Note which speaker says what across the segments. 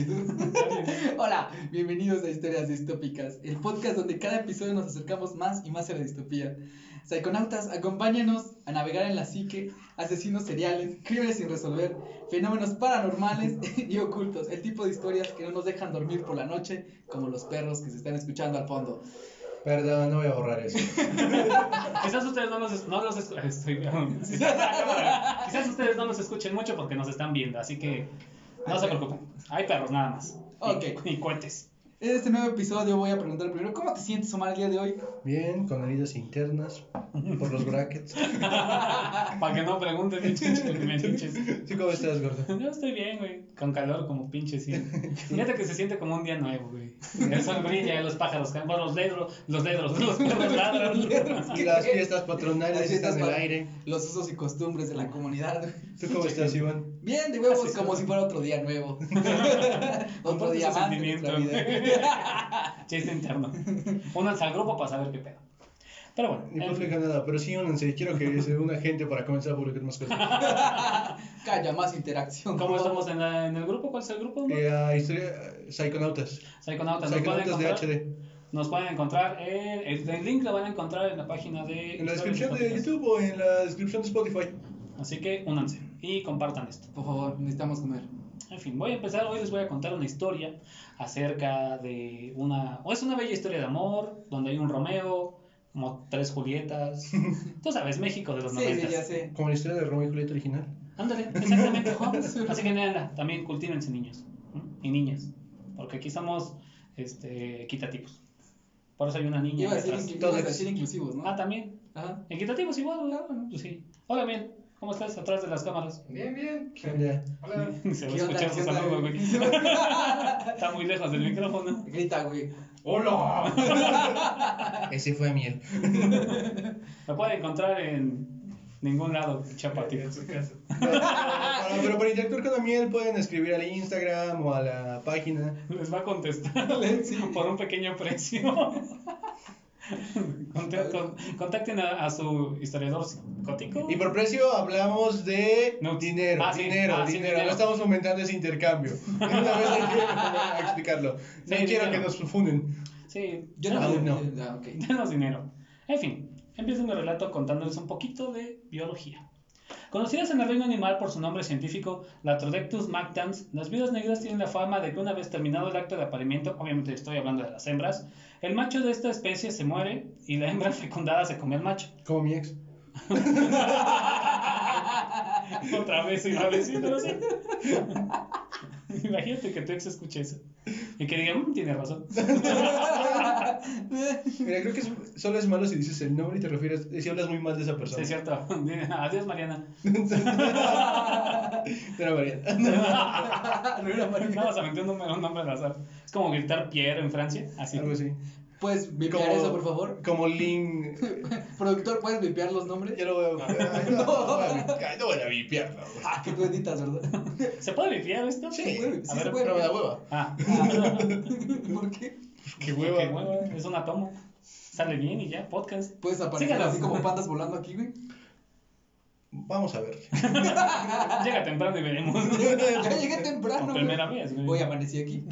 Speaker 1: Bienvenidos a Historias Distópicas, el podcast donde cada episodio nos acercamos más y más a la distopía. Psiconautas, acompáñanos a navegar en la psique, asesinos seriales, crímenes sin resolver, fenómenos paranormales y ocultos, el tipo de historias que no nos dejan dormir por la noche, como los perros que se están escuchando al fondo.
Speaker 2: Perdón, no voy a borrar eso.
Speaker 3: Quizás ustedes no los, es- no los escu- estoy- Quizás ustedes no los escuchen mucho porque nos están viendo, así que no se preocupen. Hay perros nada más.
Speaker 1: Ok.
Speaker 3: Y, y cohetes.
Speaker 1: En este nuevo episodio voy a preguntar primero, ¿cómo te sientes, Omar, el día de hoy?
Speaker 2: Bien, con heridas internas por los brackets.
Speaker 3: Para que no pregunten, pinches, porque me pinches.
Speaker 2: Sí, ¿cómo estás, gordo?
Speaker 3: Yo estoy bien, güey. Con calor, como pinches. sí. Fíjate que se siente como un día nuevo, güey. El sol brilla, los pájaros cantan, los ledros, los ledros, los perros ladran.
Speaker 2: Y las fiestas patronales
Speaker 1: Así
Speaker 2: están en el
Speaker 1: para-
Speaker 2: aire.
Speaker 1: Los usos y costumbres de la comunidad.
Speaker 2: ¿Tú cómo estás, Iván?
Speaker 1: Bien, de huevos,
Speaker 3: Así es.
Speaker 1: como si fuera otro día nuevo. otro
Speaker 3: Comparte
Speaker 1: día
Speaker 3: ese
Speaker 1: más de nuestra
Speaker 3: sentimiento.
Speaker 1: vida.
Speaker 3: Chiste interno. Únanse al grupo para saber qué pedo. Pero bueno.
Speaker 2: Ni
Speaker 3: en fin.
Speaker 2: publica nada, pero sí, únanse. Quiero que se una gente para comenzar a publicar más cosas.
Speaker 1: Calla, más interacción.
Speaker 3: ¿Cómo estamos en, la- en el grupo? ¿Cuál es el grupo?
Speaker 2: Eh, ah, historia, Psychonautas.
Speaker 3: Psychonautas. Nos pueden,
Speaker 2: Psychonautas de
Speaker 3: encontrar,
Speaker 2: HD.
Speaker 3: nos pueden encontrar en. El, el link lo van a encontrar en la página de.
Speaker 2: En la
Speaker 3: Historias
Speaker 2: descripción de
Speaker 3: Distópicas.
Speaker 2: YouTube o en la descripción de Spotify.
Speaker 3: Así que únanse y compartan esto.
Speaker 1: Por favor, necesitamos comer.
Speaker 3: En fin, voy a empezar. Hoy les voy a contar una historia acerca de una. O es una bella historia de amor, donde hay un Romeo, como tres Julietas. Tú sabes, México de los
Speaker 1: Sí, sí, ya
Speaker 3: noventas.
Speaker 1: sé.
Speaker 2: Como la historia de Romeo y Julieta original.
Speaker 3: Ándale, exactamente. Así que nada, también cultívense niños ¿m? y niñas, porque aquí somos este, equitativos. Por eso hay una niña.
Speaker 1: Iba a
Speaker 3: ahí
Speaker 1: decir,
Speaker 3: atrás.
Speaker 1: inclu- ibas a
Speaker 2: Todos.
Speaker 1: decir inclusivos,
Speaker 3: Ah,
Speaker 1: ¿no?
Speaker 3: también.
Speaker 1: Ajá.
Speaker 3: Equitativos igual, ¿verdad? Bueno, pues sí. Hola, bien. ¿Cómo estás atrás de las cámaras?
Speaker 4: Bien, bien.
Speaker 2: ¿Qué onda?
Speaker 4: Hola.
Speaker 3: Se va a
Speaker 1: ¿Qué onda?
Speaker 3: escuchar
Speaker 1: ¿Qué
Speaker 3: su
Speaker 1: onda,
Speaker 3: saludo,
Speaker 1: güey?
Speaker 3: güey. Está muy lejos del micrófono.
Speaker 1: Grita, güey.
Speaker 4: Hola.
Speaker 2: Ese fue miel.
Speaker 3: Me puede encontrar en ningún lado, chapatito.
Speaker 2: pero para interactuar con la miel pueden escribir al Instagram o a la página.
Speaker 3: Les va a contestar por un pequeño precio. Conte- con- Contacten a, a su historiador psicótico.
Speaker 2: Y por precio hablamos de
Speaker 3: No.
Speaker 2: dinero,
Speaker 3: Ah, sí.
Speaker 2: dinero, dinero.
Speaker 3: Ah, sí, dinero.
Speaker 2: No estamos fomentando ese intercambio. Una vez hay que a explicarlo. No
Speaker 3: Sí,
Speaker 2: quiero
Speaker 3: dinero.
Speaker 2: que nos funden.
Speaker 3: Sí,
Speaker 1: Yo no.
Speaker 2: Aún no.
Speaker 1: Ah, ok.
Speaker 3: Danos dinero. En fin, empiezo mi relato contándoles un poquito de biología. Conocidas en el reino animal por su nombre científico, Latrodectus mactans, las viudas negras tienen la fama de que una vez terminado el acto de apareamiento, obviamente estoy hablando de las hembras, el macho de esta especie se muere y la hembra fecundada se come al macho.
Speaker 2: Como mi ex.
Speaker 3: Otra vez iba a decir, pero sí. Imagínate que tu ex escuche eso y que diga, "Mm, tiene razón.
Speaker 2: Mira, creo que es- solo es malo si dices el nombre y te refieres, si hablas muy mal de esa
Speaker 3: Sí,
Speaker 2: persona.
Speaker 3: es cierto. Adiós, Mariana.
Speaker 2: Pero Mariana.
Speaker 1: Ah, No era Mario.
Speaker 3: Nada más aventé un nombre, un nombre al azar. Es como gritar Pierre en Francia. Así.
Speaker 2: Algo así.
Speaker 1: ¿Puedes vipear eso, por favor?
Speaker 2: Como Lin.
Speaker 1: Productor, ¿puedes vipear los nombres?
Speaker 2: Ya lo voy a. Ay, no, no voy a vi- ay, no voy a vipiarlo.
Speaker 1: Ah, que tú editas, ¿verdad?
Speaker 3: ¿Se puede vipiar esto?
Speaker 1: Sí, güey, sí
Speaker 3: A
Speaker 1: se
Speaker 3: ver,
Speaker 1: puede.
Speaker 2: Pero me da hueva.
Speaker 3: Ah,
Speaker 1: ¿Por qué?
Speaker 2: Qué
Speaker 3: qué
Speaker 2: hueva.
Speaker 3: hueva. Es una toma. Sale bien y ya, podcast.
Speaker 1: Puedes aparecer
Speaker 3: Síganos.
Speaker 1: así como pandas volando aquí, güey.
Speaker 2: Vamos a ver.
Speaker 3: Llega temprano y veremos.
Speaker 1: Ya llegué temprano.
Speaker 3: Por
Speaker 1: güey.
Speaker 3: primera vez, güey.
Speaker 1: Hoy amanecí aquí.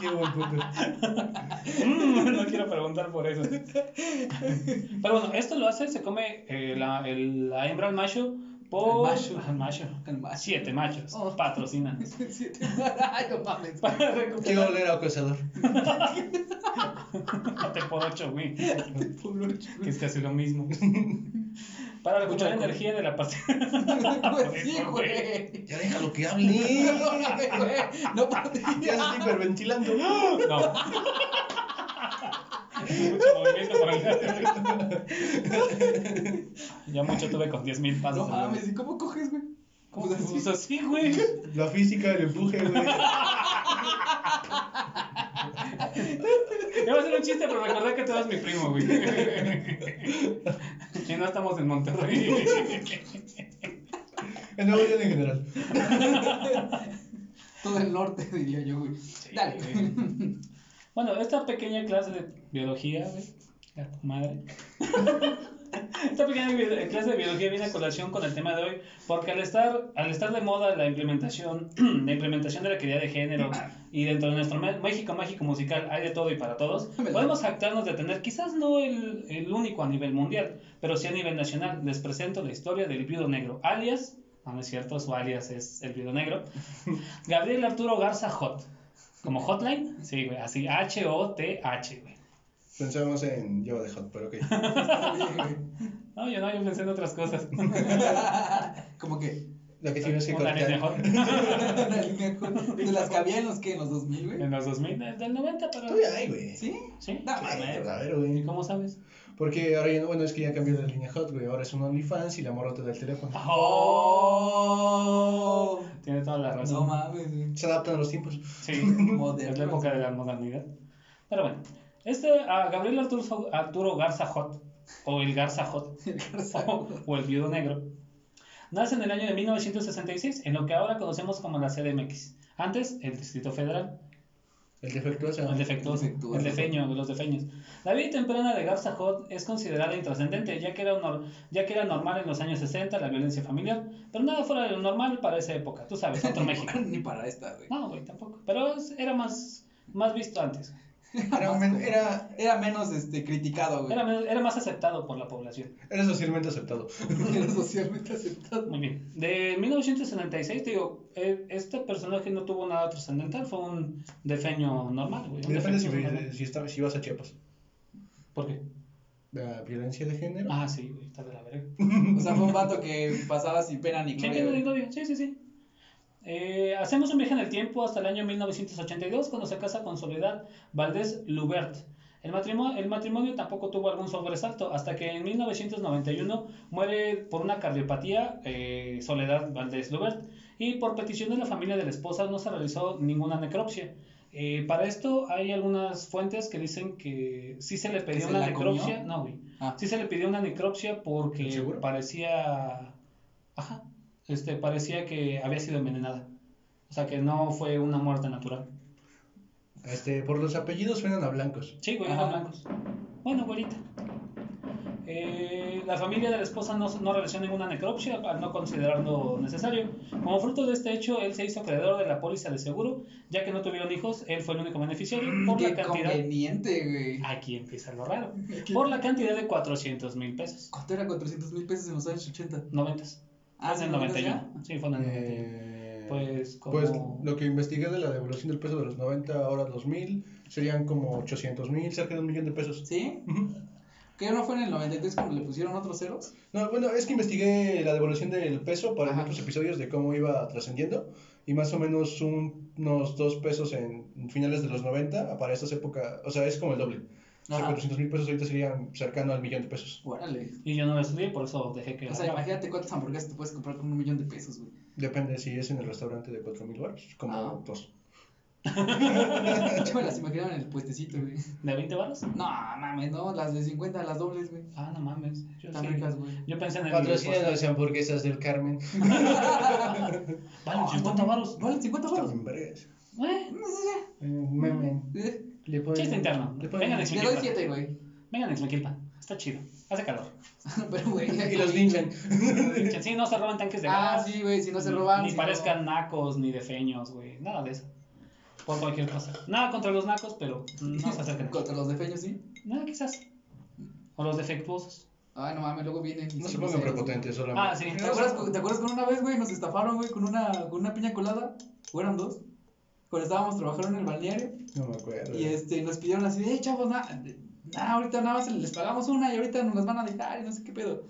Speaker 2: Qué buen punto.
Speaker 3: Mm, no quiero preguntar por eso. Pero bueno, esto lo hace, se come eh, la, el- la hembra al macho por...
Speaker 1: Al macho.
Speaker 3: Al macho.
Speaker 1: Al macho.
Speaker 3: Siete machos.
Speaker 1: Oh.
Speaker 3: Patrocinan.
Speaker 1: Siete- Ay, no mames.
Speaker 3: Para recuperar
Speaker 2: Quiero oler a acosador.
Speaker 3: por ocho, güey.
Speaker 1: Por ocho,
Speaker 3: Que
Speaker 1: güey.
Speaker 3: es casi lo mismo. Para recuperar
Speaker 1: Mucho
Speaker 3: energía de la parte...
Speaker 1: Pues sí, güey.
Speaker 2: Ya déjalo que hable.
Speaker 1: No, güey, No podía.
Speaker 2: Ya se está hiperventilando.
Speaker 3: No. mucho movimiento por el- Ya mucho tuve con 10.000 mil
Speaker 1: No
Speaker 3: pasos.
Speaker 1: mames, Pues ¿y cómo coges, güey?
Speaker 3: ¿Cómo se puso así, güey?
Speaker 2: La física del empuje, güey.
Speaker 3: Iba a hacer un chiste, pero recordé que tú eres mi primo, güey. Y no estamos en Monterrey.
Speaker 2: En Nuevo León en general.
Speaker 1: Todo el norte, diría yo, güey. Dale.
Speaker 3: güey. Bueno, esta pequeña clase de biología, güey. a tu madre. Esta pequeña bi- eh, clase de biología viene a colación con el tema de hoy, porque al estar, al estar de moda la implementación, la implementación de la equidad de género y dentro de nuestro me- México mágico musical hay de todo y para todos,
Speaker 1: Me la-
Speaker 3: podemos jactarnos de tener quizás no el, el único a nivel mundial, pero sí a nivel nacional. Les presento la historia del viudo negro, alias, no, no es cierto, su alias es el viudo negro, Gabriel Arturo Garza Hot. ¿Como hotline? Sí, güey, así, H-O-T-H, güey.
Speaker 2: Pensamos en yo de Hot, pero ok.
Speaker 3: No, yo no, yo pensé en otras cosas.
Speaker 1: Como que.
Speaker 2: Lo que sí es que
Speaker 3: Una línea
Speaker 2: cortar.
Speaker 3: hot.
Speaker 1: una línea con- De las que había en los que, en los 2000, güey.
Speaker 3: En los 2000, del del 90 para...
Speaker 2: Todavía hay, güey.
Speaker 1: ¿Sí?
Speaker 3: ¿Sí?
Speaker 1: No,
Speaker 2: Ay,
Speaker 1: mames.
Speaker 2: a ver,
Speaker 3: ¿Y
Speaker 2: güey.
Speaker 3: cómo sabes?
Speaker 2: Porque ahora ya no, bueno, es que ya cambió de línea Hot, güey. Ahora es un OnlyFans y la morra te da el teléfono.
Speaker 1: Oh.
Speaker 3: Tiene toda la
Speaker 1: No
Speaker 3: razón.
Speaker 1: mames, güey.
Speaker 2: Se adaptan a los tiempos.
Speaker 3: sí,
Speaker 1: Moderno.
Speaker 3: es la época de la modernidad. Pero bueno, este a Gabriel Arturo, Arturo Garza Hot, o el Garza Hot, o, o el Viudo Negro, nace en el año de 1966 en lo que ahora conocemos como la CDMX, antes el Distrito Federal.
Speaker 2: El defectuoso.
Speaker 3: El defectuoso,
Speaker 1: El defectuoso.
Speaker 3: el defeño, los defeños. La vida temprana de Garza Hot es considerada intrascendente, ya que, era un nor- ya que era normal en los años 60 la violencia familiar, pero nada fuera de lo normal para esa época. Tú sabes, otro México.
Speaker 1: Ni para esta, güey.
Speaker 3: No, güey, tampoco. Pero es- era más, más visto antes.
Speaker 2: Era, un men- era,
Speaker 1: Era menos este, criticado, güey.
Speaker 3: Era, men- era más aceptado por la población.
Speaker 2: era socialmente aceptado.
Speaker 1: Era socialmente aceptado.
Speaker 3: Muy bien. De 1976, te digo, eh, este personaje no tuvo nada trascendental, fue un defeño normal, güey. un
Speaker 2: Depende si,
Speaker 3: defeño normal.
Speaker 2: si, está- si vas a Chiapas.
Speaker 3: ¿Por qué?
Speaker 2: La violencia de género.
Speaker 3: Ah, sí, güey, está de la verga.
Speaker 1: O sea, fue un vato que pasaba sin pena ni
Speaker 3: Sí,
Speaker 1: gloria.
Speaker 3: viene de
Speaker 1: güey.
Speaker 3: Gloria, sí, sí, sí. Eh, hacemos un viaje en el tiempo hasta el año 1982, cuando se casa con Soledad Valdés Lubert. El matrimonio, el matrimonio tampoco tuvo algún sobresalto, hasta que en 1991 muere por una cardiopatía eh, Soledad Valdés Lubert, y por petición de la familia de la esposa no se realizó ninguna necropsia. Eh, para esto hay algunas fuentes que dicen que sí se le pidió
Speaker 1: se
Speaker 3: una
Speaker 1: la comió?
Speaker 3: necropsia, no, güey.
Speaker 1: Ah.
Speaker 3: Sí se le pidió una necropsia porque
Speaker 2: ¿Seguro?
Speaker 3: parecía. Ajá. Este, parecía que había sido envenenada. O sea, que no fue una muerte natural.
Speaker 2: Este, por los apellidos suenan a blancos.
Speaker 3: Sí, güey,
Speaker 1: Ajá.
Speaker 3: eran blancos. Bueno, güerita. Eh, la familia de la esposa no, no realizó ninguna necropsia al no considerarlo necesario. Como fruto de este hecho, él se hizo acreedor de la póliza de seguro, ya que no tuvieron hijos, él fue el único beneficiario
Speaker 1: Mm,
Speaker 3: por
Speaker 1: Qué
Speaker 3: la cantidad.
Speaker 1: conveniente, güey.
Speaker 3: Aquí empieza lo raro. Por la cantidad de 400 mil pesos.
Speaker 1: ¿Cuánto era 400 mil pesos en los años 80?
Speaker 3: 90. Ah, en el
Speaker 1: ¿no?
Speaker 3: 91. Sí, fue en el 91.
Speaker 2: Eh,
Speaker 3: Pues como...
Speaker 2: Pues lo que investigué de la devaluación del peso de los 90 ahora 2000 serían como 800 mil, cerca de un millón de pesos.
Speaker 1: ¿Sí?
Speaker 2: Ujú.
Speaker 1: ¿Que no fue en el 93 cuando le pusieron otros ceros?
Speaker 2: No, bueno, es que investigué la devaluación del peso para
Speaker 1: Ajá.
Speaker 2: otros episodios de cómo iba trascendiendo y más o menos un- unos dos pesos en finales de los 90 para estas épocas, o sea, es como el doble. O sea,
Speaker 1: Ajá.
Speaker 2: 400 mil pesos ahorita serían cercano al millón de pesos.
Speaker 1: Órale.
Speaker 3: Y yo no lo estudié, por eso dejé que...
Speaker 1: O sea, imagínate cuántas hamburguesas te puedes comprar con un millón de pesos, güey.
Speaker 2: Depende si es en el restaurante de 4 mil baros, como
Speaker 1: Ah.
Speaker 2: dos.
Speaker 1: Yo me las imaginaba en el puestecito, güey.
Speaker 3: ¿De 20 baros?
Speaker 1: No, mames, no, las de 50, las dobles, güey.
Speaker 3: Ah, no mames. Yo,
Speaker 1: Están
Speaker 3: sí.
Speaker 1: ricas, güey.
Speaker 3: yo pensé en el...
Speaker 2: Patrocina las hamburguesas del Carmen.
Speaker 3: Vale, 50 baros.
Speaker 1: ¿Vale 50 baros?
Speaker 2: Están vergas.
Speaker 3: Eh,
Speaker 1: No sé,
Speaker 2: Meme.
Speaker 1: ¿eh?
Speaker 2: Le ponen-
Speaker 3: Chiste interno.
Speaker 2: le ponen-
Speaker 3: Vengan a
Speaker 1: Le doy 7, güey.
Speaker 3: Vengan a Xmequilpan. Está chido. Hace calor.
Speaker 1: Pero, güey.
Speaker 2: Y los linchan.
Speaker 3: Sí, no se roban tanques de
Speaker 1: Ah,
Speaker 3: gas,
Speaker 1: sí, güey, si no se roban.
Speaker 3: Ni
Speaker 1: si no-
Speaker 3: parezcan nacos, ni defeños, güey. Nada de eso. Por cualquier cosa. Nada contra los nacos, pero no se acerquen.
Speaker 1: Contra los defeños, sí.
Speaker 3: Nada, quizás. O los defectuosos.
Speaker 1: Ay, no mames, luego vienen. y
Speaker 2: No se
Speaker 1: son groseros,
Speaker 2: pongan
Speaker 1: güey.
Speaker 2: prepotentes solamente.
Speaker 3: Ah, sí.
Speaker 1: ¿Te acuerdas, con- ¿Te acuerdas con una vez, güey? Nos estafaron, güey, con una, con una piña colada. ¿O eran dos? Cuando estábamos trabajando en el balneario.
Speaker 2: No me acuerdo.
Speaker 1: Y este, nos pidieron así, eh, chavos, nada, ahorita nada más les pagamos una y ahorita nos las van a dejar y no sé qué pedo.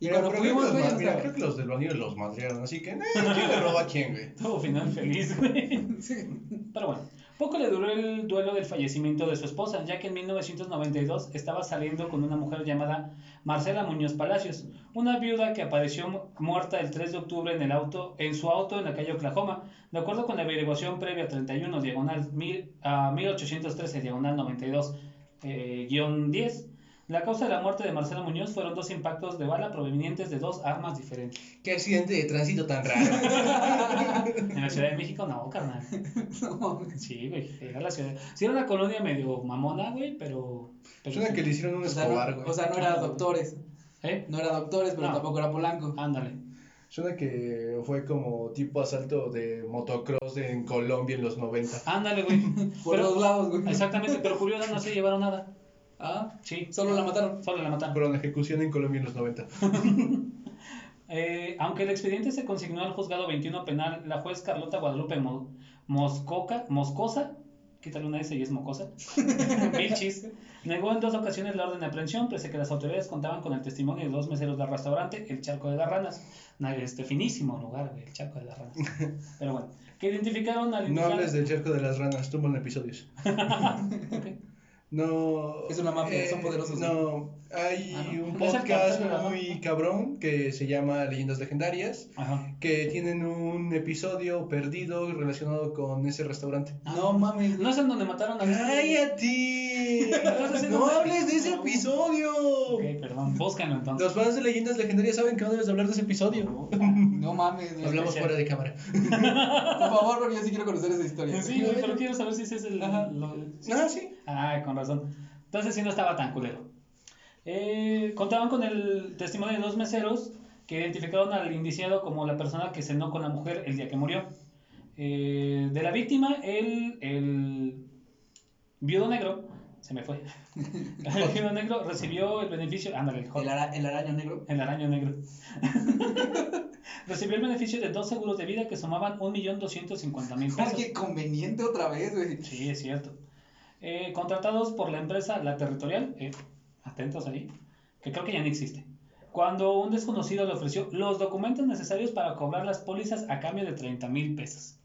Speaker 1: Y
Speaker 2: Mira,
Speaker 1: cuando
Speaker 2: pero creo que
Speaker 1: fuimos,
Speaker 2: los
Speaker 1: güey,
Speaker 2: ma-
Speaker 1: nos
Speaker 2: mira,
Speaker 1: la-
Speaker 2: creo que los del bandido los madrearon, así que, nah, ¿quién le robó a quién, güey?
Speaker 3: Todo final feliz, güey.
Speaker 1: Sí.
Speaker 3: Pero bueno, poco le duró el duelo del fallecimiento de su esposa, ya que en 1992 estaba saliendo con una mujer llamada Marcela Muñoz Palacios, una viuda que apareció mu- muerta el 3 de octubre en el auto, en su auto en la calle Oklahoma, de acuerdo con la averiguación previa 31 diagonal mil- a 1813 diagonal 92 eh, guión 10. La causa de la muerte de Marcela Muñoz fueron dos impactos de bala provenientes de dos armas diferentes.
Speaker 2: Qué accidente de tránsito tan raro.
Speaker 3: En la Ciudad de México, no, carnal.
Speaker 1: No mames.
Speaker 3: Sí, güey, era la ciudad. Sí, era una colonia medio mamona, güey, pero. pero
Speaker 2: Suena
Speaker 3: sí.
Speaker 2: que le hicieron un
Speaker 1: O sea,
Speaker 2: escobar,
Speaker 1: no,
Speaker 2: güey.
Speaker 1: o sea, no era doctores.
Speaker 3: ¿Eh?
Speaker 1: No era doctores, pero
Speaker 3: No.
Speaker 1: tampoco era Polanco.
Speaker 3: Ándale.
Speaker 2: Suena que fue como tipo asalto de motocross en Colombia en los 90.
Speaker 3: Ándale, güey.
Speaker 1: Por
Speaker 3: Pero-
Speaker 1: los lados, güey.
Speaker 3: Exactamente, pero curiosa no se llevaron nada.
Speaker 1: Ah,
Speaker 3: Sí,
Speaker 1: solo la mataron.
Speaker 3: solo la mataron.
Speaker 2: Pero la Ah, ejecución en Colombia en los 90.
Speaker 3: Eh, aunque el expediente se consignó al juzgado 21 penal, la juez Carlota Guadalupe Mo- Moscoca, Moscosa, quítale una S y es mocosa, Vilchis, negó en dos ocasiones la orden de aprehensión, pese a que las autoridades contaban con el testimonio de dos meseros del restaurante El Charco de las Ranas, Na- este finísimo lugar, güey, El Charco de las Ranas. Pero bueno, que identificaron al
Speaker 2: No
Speaker 3: individual-
Speaker 2: hables del cerco de las ranas, tumban episodios. No. eh,
Speaker 1: Es una mafia, son poderosos,
Speaker 2: No, hay
Speaker 3: Ah, ¿no?
Speaker 2: un
Speaker 3: ¿No es el
Speaker 2: podcast
Speaker 3: cartel de la
Speaker 2: muy
Speaker 3: mafia?
Speaker 2: cabrón que se llama Leyendas Legendarias,
Speaker 3: Ajá.
Speaker 2: que tienen un episodio perdido relacionado con ese restaurante.
Speaker 1: No mames.
Speaker 3: No es en donde mataron a...
Speaker 2: ¡Cállate! ¡No hables de ese episodio!
Speaker 3: Ok, perdón, búscanlo entonces.
Speaker 2: Los fans de Leyendas Legendarias saben que no debes hablar de ese episodio.
Speaker 1: No mames, güey.
Speaker 2: Hablamos fuera de cámara.
Speaker 1: Por favor, porque yo sí quiero conocer esa historia.
Speaker 3: Pues Sí, güey, pero quiero saber si ese es el...
Speaker 1: Ajá.
Speaker 3: lo-
Speaker 2: Ah, sí.
Speaker 3: Ah, con razón. Entonces sí no estaba tan culero. Eh, contaban con el testimonio de dos meseros que identificaron al indiciado como la persona que cenó con la mujer el día que murió. Eh, de la víctima, el, el viudo negro, se me fue, el viudo negro recibió el beneficio, ándale, el hot,
Speaker 1: El, ara- el araño negro.
Speaker 3: el araño negro, recibió el beneficio de dos seguros de vida que sumaban 1.250.000
Speaker 1: Ah,
Speaker 3: pesos.
Speaker 1: qué conveniente otra vez, güey.
Speaker 3: Sí, es cierto. Eh, contratados por la empresa La Territorial, eh, atentos ahí, que creo que ya no existe. Cuando un desconocido le ofreció los documentos necesarios para cobrar las pólizas a cambio de 30 mil pesos.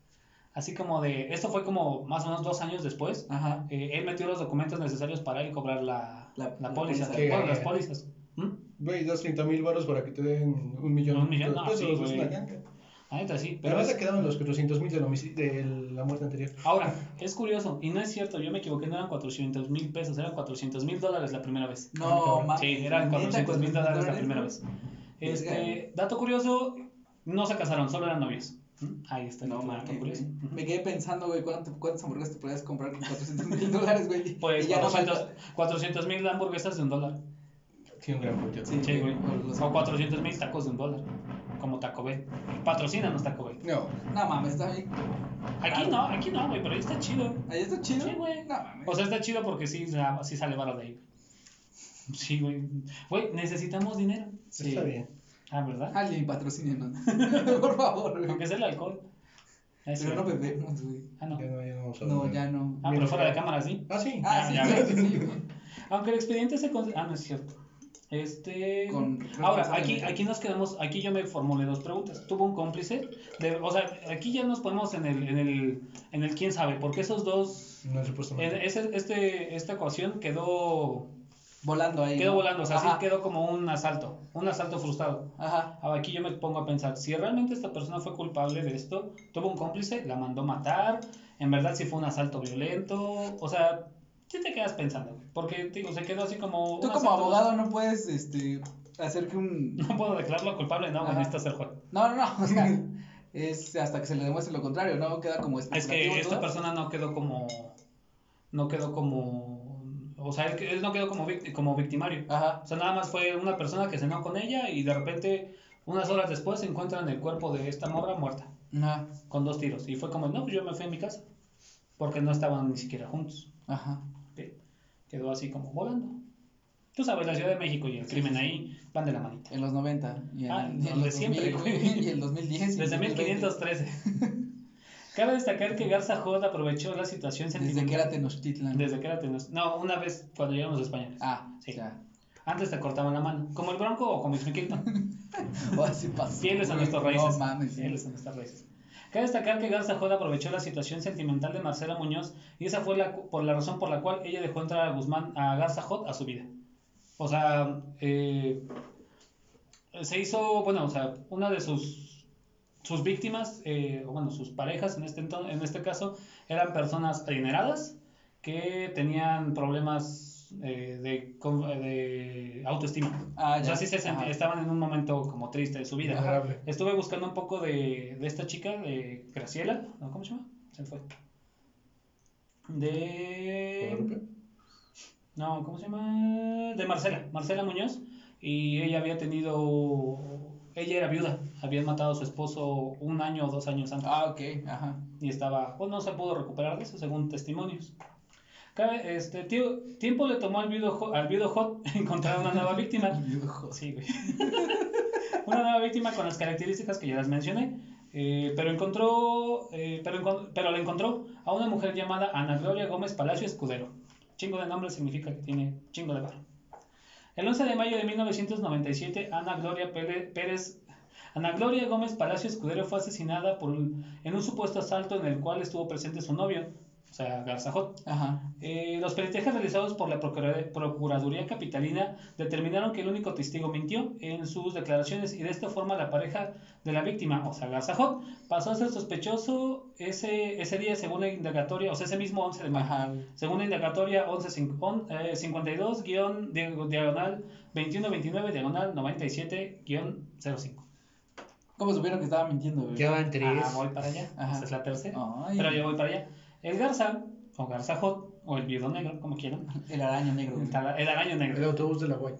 Speaker 3: Así como de, esto fue como más o menos dos años después,
Speaker 1: Ajá.
Speaker 3: eh, él metió los documentos necesarios para él cobrar la,
Speaker 1: La-
Speaker 3: la
Speaker 1: la
Speaker 3: póliza,
Speaker 1: póliza.
Speaker 3: bueno, las pólizas. ¿Mm?
Speaker 2: Güey, das 30 mil baros para que te den un millón,
Speaker 3: Un millón,
Speaker 2: de
Speaker 3: no,
Speaker 2: pesos.
Speaker 3: sí,
Speaker 2: es
Speaker 3: güey.
Speaker 2: una ganga.
Speaker 3: La neta, sí,
Speaker 2: Pero
Speaker 3: pero
Speaker 2: vas
Speaker 3: es-
Speaker 2: a quedar en los 400 mil del homici- de la muerte anterior.
Speaker 3: Ahora, es curioso, y no es cierto, yo me equivoqué, no eran 400 mil pesos, eran 400 mil dólares la primera vez.
Speaker 1: No mames.
Speaker 3: Sí, eran 400 mil dólares la
Speaker 1: ¿Dólares? pues,
Speaker 3: primera vez. Este, dato curioso, no se casaron, solo eran novios. ¿Mm? Ahí está el
Speaker 1: No
Speaker 3: otro dato
Speaker 1: mames. güey.
Speaker 3: curioso. Ujú.
Speaker 1: Me quedé pensando, güey, ¿cuánto, cuántas hamburguesas te podías comprar con 400 mil dólares, güey.
Speaker 3: Pues
Speaker 1: Y ya no
Speaker 3: 400 mil hamburguesas de un dólar.
Speaker 2: Sí, un gran punto.
Speaker 1: Sí.
Speaker 3: Che, güey.
Speaker 1: o los-
Speaker 3: O 400 mil tacos de un dólar. Como Taco Bell. Patrocínanos Taco Bell.
Speaker 2: No,
Speaker 1: No mames, está bien.
Speaker 3: Aquí no, aquí no, güey, pero ahí está chido.
Speaker 1: ¿Ahí está chido?
Speaker 3: Sí, güey.
Speaker 1: No mames.
Speaker 3: O sea, está chido porque sí, la- sí sale baro de ahí. Sí, güey. Güey, necesitamos dinero. Sí.
Speaker 2: está bien.
Speaker 3: Ah, ¿verdad?
Speaker 1: Alguien patrocínenos. Por favor, güey.
Speaker 3: Aunque sea el alcohol. Es
Speaker 1: Pero no pues,
Speaker 3: cierto.
Speaker 1: bebemos, güey.
Speaker 3: Ah, no.
Speaker 2: Ya no, ya no vamos a
Speaker 1: No,
Speaker 2: hablar.
Speaker 1: ya no.
Speaker 3: Ah, pero fuera de cámara, sí.
Speaker 2: Ah, sí.
Speaker 1: Ah, sí,
Speaker 3: ya
Speaker 1: claro que
Speaker 3: ves.
Speaker 1: sí, güey.
Speaker 3: Aunque el expediente se con- Ah, no es cierto. Este.
Speaker 1: Con-
Speaker 3: Ahora, aquí, aquí nos quedamos. Aquí yo me formulé dos preguntas. ¿Tuvo un cómplice? De- o sea, aquí ya nos ponemos en el, en el. En el quién sabe. Porque esos dos.
Speaker 2: No, supuestamente.
Speaker 3: en ese- este, esta ecuación quedó.
Speaker 1: Volando ahí.
Speaker 3: Quedó
Speaker 1: ¿no?
Speaker 3: volando. O sea, sí
Speaker 1: Ajá.
Speaker 3: quedó como un asalto. Un asalto frustrado.
Speaker 1: Ajá.
Speaker 3: Ahora, Ah, Aquí yo me pongo a pensar, si realmente esta persona fue culpable de esto, tuvo un cómplice, la mandó matar, en verdad si fue un asalto violento, o sea, sí te quedas pensando, güey, porque te digo, se quedó así como...
Speaker 1: Tú
Speaker 3: un
Speaker 1: como
Speaker 3: asalto-
Speaker 1: abogado no puedes, este, hacer que un...
Speaker 3: No puedo declararlo culpable, no, güey,
Speaker 1: Ajá.
Speaker 3: necesito ser juez.
Speaker 1: No, no, no, o sea, es hasta que se le demuestre lo contrario, ¿no? Queda como
Speaker 3: Es
Speaker 1: especulativo
Speaker 3: que esta
Speaker 1: todo.
Speaker 3: persona no quedó como... No quedó como... O sea, él, él no quedó como, vic- como victimario.
Speaker 1: Ajá.
Speaker 3: O sea, nada más fue una persona que cenó con ella y de repente, unas horas después, se encuentran el cuerpo de esta morra muerta.
Speaker 1: Ajá.
Speaker 3: con dos tiros. Y fue como, no, pues yo me fui a mi casa. Porque no estaban ni siquiera juntos.
Speaker 1: Ajá.
Speaker 3: ¿ok? Quedó así como volando. Tú sabes, la Ciudad de México y el crimen ahí van de la manita.
Speaker 1: En los 90. Y en, y
Speaker 3: Ah,
Speaker 1: en
Speaker 3: no, de
Speaker 1: los
Speaker 3: siempre,
Speaker 1: 2000,
Speaker 3: güey.
Speaker 1: güey, Y en 2010. y
Speaker 3: Desde
Speaker 1: 2020.
Speaker 3: 1513. Cabe destacar que Garza Jod aprovechó la situación
Speaker 1: Desde que
Speaker 3: sentimental.
Speaker 1: era Tenochtitlan.
Speaker 3: Desde que era tenos- No, una vez cuando llegamos los españoles.
Speaker 1: Ah,
Speaker 3: Sí.
Speaker 1: ya.
Speaker 3: Antes te cortaban la mano. Como el bronco o como el chiquito.
Speaker 1: O así Oh, pasó.
Speaker 3: Fieles a
Speaker 1: güey.
Speaker 3: nuestros raíces.
Speaker 1: No mames. sí.
Speaker 3: Fieles a nuestras raíces. Cabe destacar que Garza Jod aprovechó la situación sentimental de Marcela Muñoz y esa fue la, cu- por la razón por la cual ella dejó entrar a Guzmán, a Garza Jod a su vida. O sea, eh, se hizo, bueno, o sea, una de sus, sus víctimas, eh, o bueno, sus parejas en este, ento- en este caso, eran personas adineradas que tenían problemas eh, de, con- eh, de autoestima.
Speaker 1: Ah,
Speaker 3: O
Speaker 1: ya.
Speaker 3: sea, sí se sent-
Speaker 1: Ajá.
Speaker 3: estaban en un momento como triste de su vida.
Speaker 2: Vulnerable.
Speaker 3: Estuve buscando un poco de, de esta chica, de Graciela, ¿no? ¿cómo se llama? Se me fue. De...
Speaker 2: Guadalupe.
Speaker 3: No, ¿cómo se llama? De Marcela, Marcela Muñoz. Y ella había tenido Ella era viuda, habían matado a su esposo un año o dos años antes
Speaker 1: Ah, ok, ajá.
Speaker 3: y estaba, pues no se pudo recuperar de eso según testimonios. Cabe- este, tío, tiempo le tomó al viudo, Ho- al viudo Hot encontrar una nueva víctima. Sí, güey. Una nueva víctima con las características que ya las mencioné. Eh, pero encontró, eh, pero, encon- pero la encontró a una mujer llamada Ana Gloria Gómez Palacio Escudero. Chingo de nombre significa que tiene chingo de barro. El 11 de mayo de 1997, Ana Gloria Pele- Pérez, Ana Gloria Gómez Palacio Escudero fue asesinada por, un- en un supuesto asalto en el cual estuvo presente su novio, o sea, Garzajot.
Speaker 1: Ajá.
Speaker 3: Eh, los peritajes realizados por la Procura- Procuraduría Capitalina determinaron que el único testigo mintió en sus declaraciones y de esta forma la pareja de la víctima, o sea, Garzajot, pasó a ser sospechoso ese, ese día según la indagatoria, o sea, ese mismo 11 de mayo.
Speaker 1: Ajá.
Speaker 3: Según la indagatoria eh, 1152 diagonal 2129 diagonal 97-05.
Speaker 1: ¿Cómo supieron que estaba mintiendo, güey?
Speaker 2: Ya van tres.
Speaker 3: Ah, voy para allá.
Speaker 1: Ajá.
Speaker 3: Esa es la tercera.
Speaker 1: Ay,
Speaker 3: Pero yo voy para allá. El Garza, o Garzajot, o el viudo negro, como quieran.
Speaker 1: El araño negro. güey.
Speaker 3: El, tala- el araño
Speaker 2: El
Speaker 3: negro.
Speaker 2: autobús de la guay.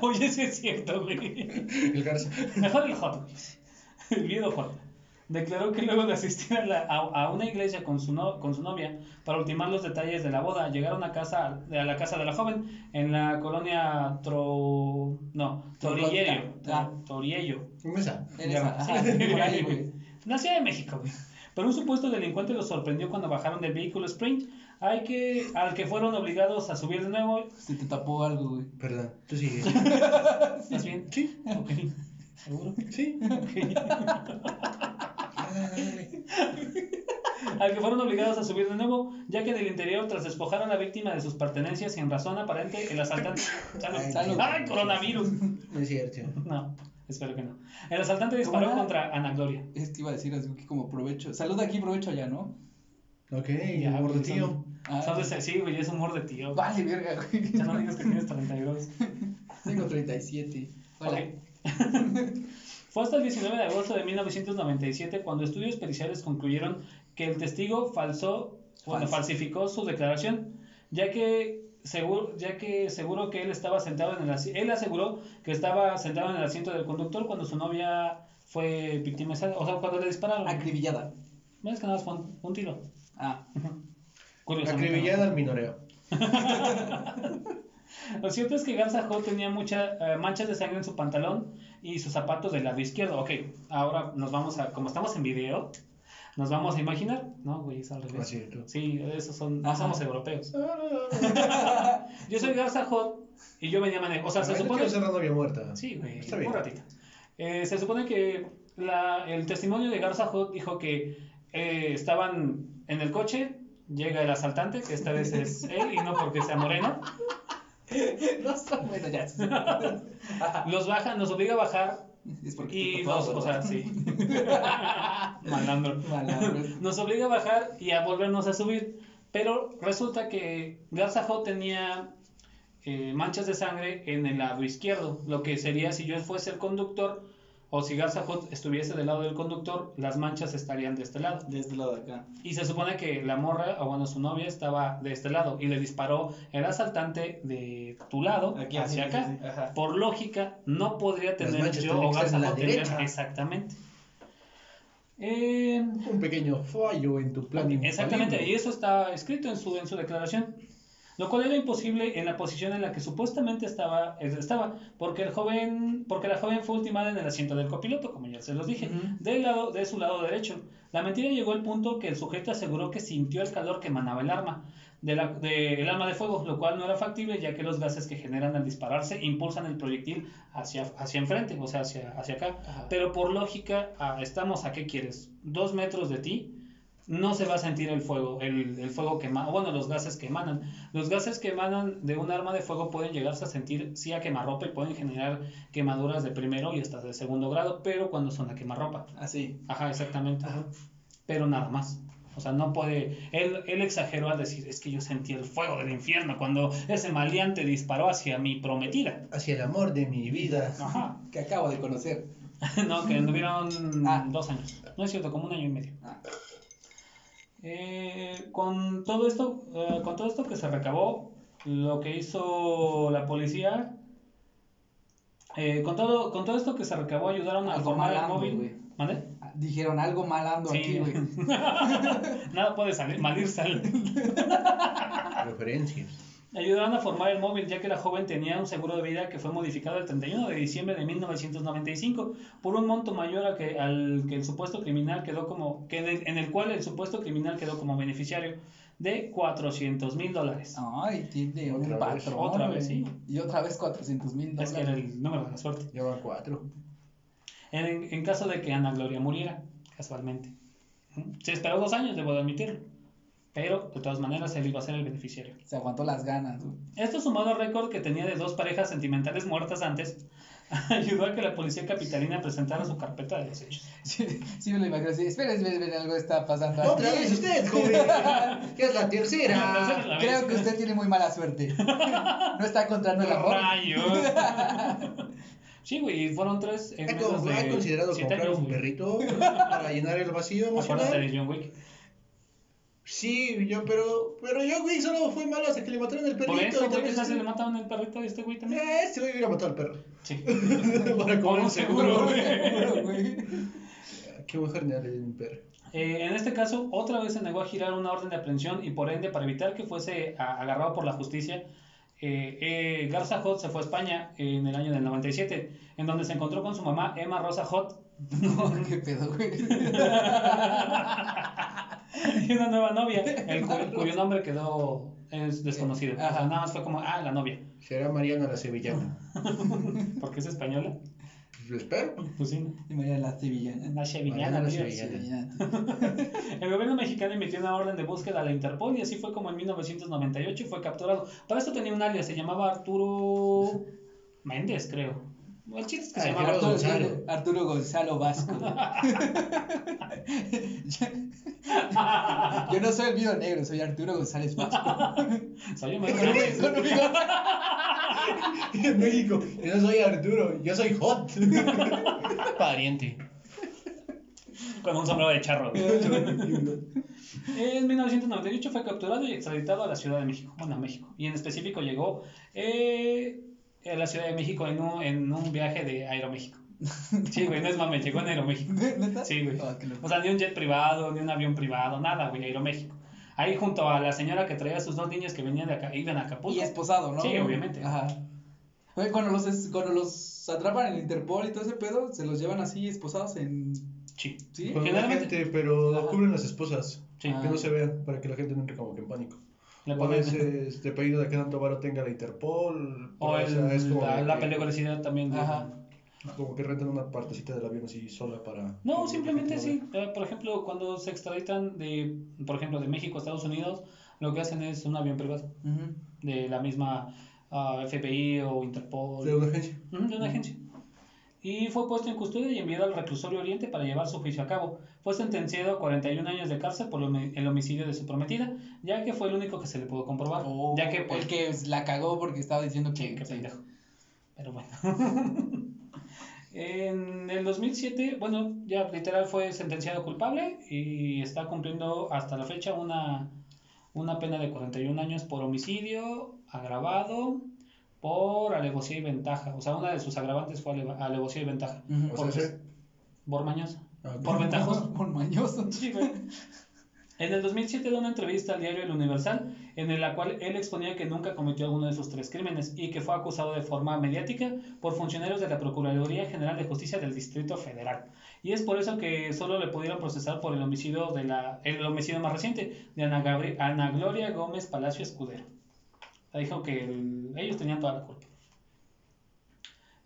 Speaker 3: Oye, sí es cierto, güey.
Speaker 2: El Garza.
Speaker 3: Mejor el hot, güey. El miedo hot. Declaró que luego de asistir a, la- a- a una iglesia con su, no- con su novia para ultimar los detalles de la boda, llegaron a, casa, a la casa de la joven en la colonia Tro... No, Torillerio.
Speaker 1: Ah.
Speaker 3: Toriello.
Speaker 2: Mesa.
Speaker 1: En
Speaker 3: Ya,
Speaker 1: esa,
Speaker 3: sí,
Speaker 1: ajá, por ahí, güey.
Speaker 3: La Ciudad de México, güey. Pero un supuesto delincuente los sorprendió cuando bajaron del vehículo Sprint hay que, al que fueron obligados a subir de nuevo.
Speaker 1: Se te tapó algo, güey.
Speaker 2: Perdón. Tú sigue.
Speaker 1: Ah,
Speaker 3: ¿Estás bien?
Speaker 2: Sí.
Speaker 3: Ok. ¿Seguro?
Speaker 2: Sí.
Speaker 3: al que fueron obligados a subir de nuevo, ya que en el interior, tras despojar a la víctima de sus pertenencias sin razón aparente, el asaltante... ¡Salud!
Speaker 2: Ay,
Speaker 1: salud.
Speaker 3: ¡Ay, coronavirus!
Speaker 2: No es cierto.
Speaker 3: No, espero que no. El asaltante disparó
Speaker 1: Hola.
Speaker 3: contra Ana Gloria.
Speaker 1: Es que iba a decir así que como provecho. Salud aquí, provecho allá, ¿no?
Speaker 2: Ok,
Speaker 3: Ya,
Speaker 2: amor de
Speaker 3: pues,
Speaker 2: tío.
Speaker 1: Ah,
Speaker 3: ¿Sabes? Sí, güey, es humor de tío.
Speaker 1: Vale, verga, güey.
Speaker 3: Ya no digas que tienes 32.
Speaker 1: Tengo 37. Hola.
Speaker 3: Ok. Fue hasta el 19 de agosto de 1997 cuando estudios periciales concluyeron que el testigo falsó, bueno,
Speaker 1: Falso.
Speaker 3: falsificó su declaración, ya que seguro, ya que seguro que él estaba sentado en el asi- él aseguró que estaba sentado en el asiento del conductor cuando su novia fue victimizada, o sea, cuando le dispararon.
Speaker 1: Ah, Acribillada.
Speaker 3: No es que nada más fue un, un tiro.
Speaker 1: Ah,
Speaker 3: Curiosamente, ¿no?
Speaker 2: Acribillada al minoreo.
Speaker 3: Lo cierto es que Garza Hall tenía muchas manchas de sangre en su pantalón y sus zapatos del lado izquierdo. Ok, ahora nos vamos a, como estamos en video, nos vamos a imaginar. No, güey, es al
Speaker 2: No es
Speaker 3: revés.
Speaker 2: cierto.
Speaker 3: Sí, esos son, no
Speaker 1: Ajá.
Speaker 3: somos europeos. Yo soy Garza Hall y yo venía manejando. O sea, se
Speaker 2: Ay, no
Speaker 3: supone.
Speaker 2: quiero ser la novia muerta.
Speaker 3: Sí, güey,
Speaker 2: Está bien.
Speaker 3: un ratito. Eh, se supone que la- el testimonio de Garza Hot dijo que eh, estaban en el coche, llega el asaltante, que esta vez es él y no porque sea moreno.
Speaker 1: no son bueno, ya.
Speaker 3: Los baja, nos obliga a bajar
Speaker 1: Es porque
Speaker 3: y
Speaker 1: te tocó,
Speaker 3: nos, o sea,
Speaker 1: ¿verdad?
Speaker 3: sí. Malandro.
Speaker 1: Malandro.
Speaker 3: Nos obliga a bajar y a volvernos a subir. Pero resulta que Garzajo tenía eh, manchas de sangre en el lado izquierdo. Lo que sería si yo fuese el conductor o si Garzajo estuviese del lado del conductor, las manchas estarían de este lado.
Speaker 1: De este lado de acá.
Speaker 3: Y se supone que la morra, o bueno, su novia estaba de este lado y le disparó el asaltante de tu lado hacia acá.
Speaker 1: Ajá.
Speaker 3: Por lógica, no podría tener
Speaker 2: manchas
Speaker 3: yo
Speaker 2: tienen
Speaker 3: o
Speaker 2: que estar en la
Speaker 3: Garza Hot tener-
Speaker 2: derecha.
Speaker 3: Exactamente. Eh,
Speaker 2: Un pequeño fallo en tu plan.
Speaker 3: exactamente, y
Speaker 2: infalible.
Speaker 3: eso está escrito en su, en su declaración. Lo cual era imposible en la posición en la que supuestamente estaba, eh, estaba porque, el joven, porque la joven fue ultimada en el asiento del copiloto, como ya se los dije,
Speaker 1: Ujú.
Speaker 3: del lado, de su lado derecho. La mentira llegó al punto que el sujeto aseguró que sintió el calor que emanaba el arma, de la- de- el arma de fuego, lo cual no era factible ya que los gases que generan al dispararse impulsan el proyectil hacia, hacia enfrente, o sea, hacia, hacia acá.
Speaker 1: Ajá.
Speaker 3: Pero por lógica, ah, estamos a qué quieres, dos metros de ti, no se va a sentir el fuego, el, el fuego que ema- bueno, los gases que emanan. Los gases que emanan de un arma de fuego pueden llegarse a sentir, sí, a quemarropa y pueden generar quemaduras de primero y hasta de segundo grado, pero cuando son a quemarropa.
Speaker 1: Así.
Speaker 3: Ajá, exactamente. Pero nada más. O sea, no puede. Él, él exageró al decir, es que yo sentí el fuego del infierno cuando ese maleante disparó hacia mi prometida.
Speaker 2: Hacia el amor de mi vida.
Speaker 3: Ajá.
Speaker 1: Que acabo de conocer.
Speaker 3: no, que anduvieron
Speaker 1: Ah.
Speaker 3: dos años. No es cierto, como un año y medio.
Speaker 1: Ah.
Speaker 3: Eh, con todo esto, eh, con todo esto que se recabó, lo que hizo la policía Eh, con, todo, con todo esto que se recabó, ayudaron a
Speaker 1: Algo
Speaker 3: formar el
Speaker 1: malando,
Speaker 3: móvil.
Speaker 1: güey.
Speaker 3: ¿Mande?
Speaker 1: ah, Dijeron algo mal ando aquí,
Speaker 3: Sí.
Speaker 1: güey.
Speaker 3: Nada puede salir, mal ir sale. Ah.
Speaker 2: Referencias.
Speaker 3: Ayudaron a formar el móvil ya que la joven tenía un seguro de vida que fue modificado el 31 de diciembre de 1995 por un monto mayor al que, al que el supuesto criminal quedó como que en, el, en el cual el supuesto criminal quedó como beneficiario de 400 mil
Speaker 1: Ah,
Speaker 3: dólares.
Speaker 1: Ay, tiene un
Speaker 2: Otra vez,
Speaker 1: patrón.
Speaker 3: otra vez,
Speaker 1: güey.
Speaker 3: sí.
Speaker 1: Y otra vez 400 mil
Speaker 3: Es que era
Speaker 1: dólares.
Speaker 3: el número de la suerte.
Speaker 2: Ya van cuatro.
Speaker 3: En, en caso de que Ana Gloria muriera, casualmente. Se esperó dos años, debo de admitirlo. Pero, de todas maneras, él iba a ser el beneficiario.
Speaker 1: Se aguantó las ganas, güey.
Speaker 3: Esto sumado al récord que tenía de dos parejas sentimentales muertas antes, ayudó a que la policía capitalina presentara su carpeta de los hechos.
Speaker 1: Sí, sí me lo imagino así. Espera, espera, espera, algo está pasando aquí.
Speaker 2: Otra vez usted, joven. Ya es la
Speaker 3: La tercera es
Speaker 2: tercera.
Speaker 3: la vez.
Speaker 1: Creo que usted tiene muy mala suerte. No está encontrando el amor.
Speaker 3: ¡Rayos! sí, güey, y fueron tres en
Speaker 2: ¿Ha
Speaker 3: menos
Speaker 2: con- ha
Speaker 3: de
Speaker 2: considerado
Speaker 3: siete
Speaker 2: comprar
Speaker 3: años,
Speaker 2: un
Speaker 3: güey.
Speaker 2: perrito para llenar el vacío
Speaker 3: Acuérdate
Speaker 2: emocional?
Speaker 3: de John Wick.
Speaker 2: Sí, yo, pero, pero yo, güey, solo fue malo hasta que le mataron el perrito.
Speaker 3: Por eso,
Speaker 2: y
Speaker 3: güey,
Speaker 2: también
Speaker 3: que se
Speaker 2: este-
Speaker 3: le mataron el perrito a este güey también.
Speaker 2: Eh, Este güey hubiera matado al perro.
Speaker 3: Sí.
Speaker 2: para
Speaker 3: Por
Speaker 2: cobrar
Speaker 3: un
Speaker 2: el
Speaker 3: seguro,
Speaker 2: seguro. Ah,
Speaker 3: güey.
Speaker 1: Seguro, güey.
Speaker 2: Qué mujer ni le un perro.
Speaker 3: Eh, en este caso, otra vez se negó a girar una orden de aprehensión y por ende, para evitar que fuese a- agarrado por la justicia, eh, eh, Garza Hot se fue a España en el año del 97, en donde se encontró con su mamá Emma Rosa Hot
Speaker 1: No, qué pedo, güey.
Speaker 3: y una nueva novia, el cu- cuyo nombre quedó es desconocido. O sea,
Speaker 1: Ajá.
Speaker 3: nada más fue como, ah, la novia,
Speaker 2: Será Mariana la Sevillana.
Speaker 3: porque es española.
Speaker 2: Pues Lo espero.
Speaker 3: Pues sí,
Speaker 1: Y María la sevillana.
Speaker 3: una sevillana,
Speaker 2: Mariana la
Speaker 3: tío.
Speaker 2: sevillana.
Speaker 3: El gobierno mexicano emitió una orden de búsqueda a la Interpol y así fue como en 1998 fue capturado. Para esto tenía un alias, se llamaba Arturo Méndez, creo. El chiste es que se
Speaker 2: Ah,
Speaker 3: llamaba
Speaker 2: claro.
Speaker 3: Arturo.
Speaker 1: Arturo,
Speaker 2: Gonzalo.
Speaker 1: Arturo Gonzalo Vasco. Yo no soy el viudo negro, soy Arturo González Vasco.
Speaker 3: Soy yo,
Speaker 1: Con un bigote, con un bigote.
Speaker 2: En México. Yo no soy Arturo, yo soy Hot. Pariente.
Speaker 3: Con un sombrero de charro. En 1998 fue capturado y extraditado a la Ciudad de México. Bueno, a México. Y en específico llegó eh, a la Ciudad de México en un, en un viaje de Aeroméxico. Sí, güey, no es mame, llegó en Aeroméxico.
Speaker 1: ¿Neta?
Speaker 3: Sí, güey.
Speaker 1: Ah, qué loco.
Speaker 3: O sea, ni un jet privado, ni un avión privado, nada, güey, Aeroméxico. Ahí junto a la señora que traía a sus dos niños que venían de acá, iban a Acapulco.
Speaker 1: Y esposado, ¿no?
Speaker 3: Sí, obviamente.
Speaker 1: Ajá. Güey, cuando los, es- cuando los atrapan en el Interpol y todo ese pedo, se los llevan así esposados en.
Speaker 3: Sí.
Speaker 1: ¿Sí?
Speaker 2: Con la
Speaker 3: Generalmente-
Speaker 2: gente, pero lo cubren las esposas.
Speaker 3: Sí. Ah.
Speaker 2: Que no se vean, para que la gente no entre como que en pánico.
Speaker 3: Le
Speaker 2: O a
Speaker 3: ponen-
Speaker 2: veces de pedido de que tanto varo tenga la Interpol.
Speaker 3: o
Speaker 2: pero, sea,
Speaker 3: el-
Speaker 2: es como
Speaker 3: la,
Speaker 2: de
Speaker 3: la
Speaker 2: que-
Speaker 3: peligrosidad también. de-
Speaker 1: Ajá.
Speaker 2: Como que rentan una partecita del avión así sola para.
Speaker 3: No, simplemente sí. Eh, Por ejemplo, cuando se extraditan de, por ejemplo, de México a Estados Unidos, lo que hacen es un avión privado
Speaker 1: Ujú.
Speaker 3: de la misma ah, FBI o Interpol.
Speaker 2: De una agencia.
Speaker 3: Ujú, de una agencia. Y fue puesto en custodia y enviado al reclusorio Oriente para llevar su juicio a cabo. Fue sentenciado a 41 años de cárcel por el homi- el homicidio de su prometida, ya que fue el único que se le pudo comprobar.
Speaker 1: Oh,
Speaker 3: ya que, pues,
Speaker 1: el que la cagó porque estaba diciendo que.
Speaker 3: Sí, qué
Speaker 1: sí.
Speaker 3: pendejo. Pero bueno. en el 2007, bueno, ya literal fue sentenciado culpable y está cumpliendo hasta la fecha una, una pena de 41 años por homicidio agravado por alevosía y ventaja. O sea, una de sus agravantes fue aleva- alevosía y ventaja.
Speaker 1: Ujú.
Speaker 2: O sea, sí.
Speaker 3: Por mañosa.
Speaker 2: Ah,
Speaker 3: Por ventajoso.
Speaker 1: Por mañoso.
Speaker 3: Sí, güey. En el 2007 da una entrevista al diario El Universal en la cual él exponía que nunca cometió alguno de sus tres crímenes y que fue acusado de forma mediática por funcionarios de la Procuraduría General de Justicia del Distrito Federal. Y es por eso que solo le pudieron procesar por el homicidio de la el homicidio más reciente de Ana, Gabri- Ana Gloria Gómez Palacio Escudero. O sea, Dijo que el- ellos tenían toda la culpa.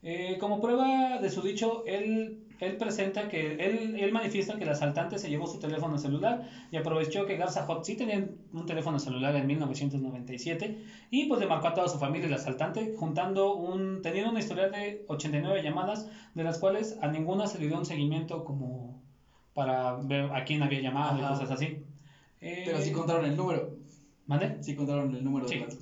Speaker 3: Eh, como prueba de su dicho, él, él presenta que él, él manifiesta que el asaltante se llevó su teléfono celular y aprovechó que Garza Hot sí tenía un teléfono celular en 1997 y pues le marcó a toda su familia el asaltante juntando un teniendo una historial de 89 llamadas de las cuales a ninguna se le dio un seguimiento como para ver a quién había llamado y
Speaker 1: Ajá.
Speaker 3: cosas así. Eh,
Speaker 1: Pero sí contaron el número.
Speaker 3: ¿Mande?
Speaker 1: Sí contaron el número
Speaker 3: Sí.
Speaker 1: de las.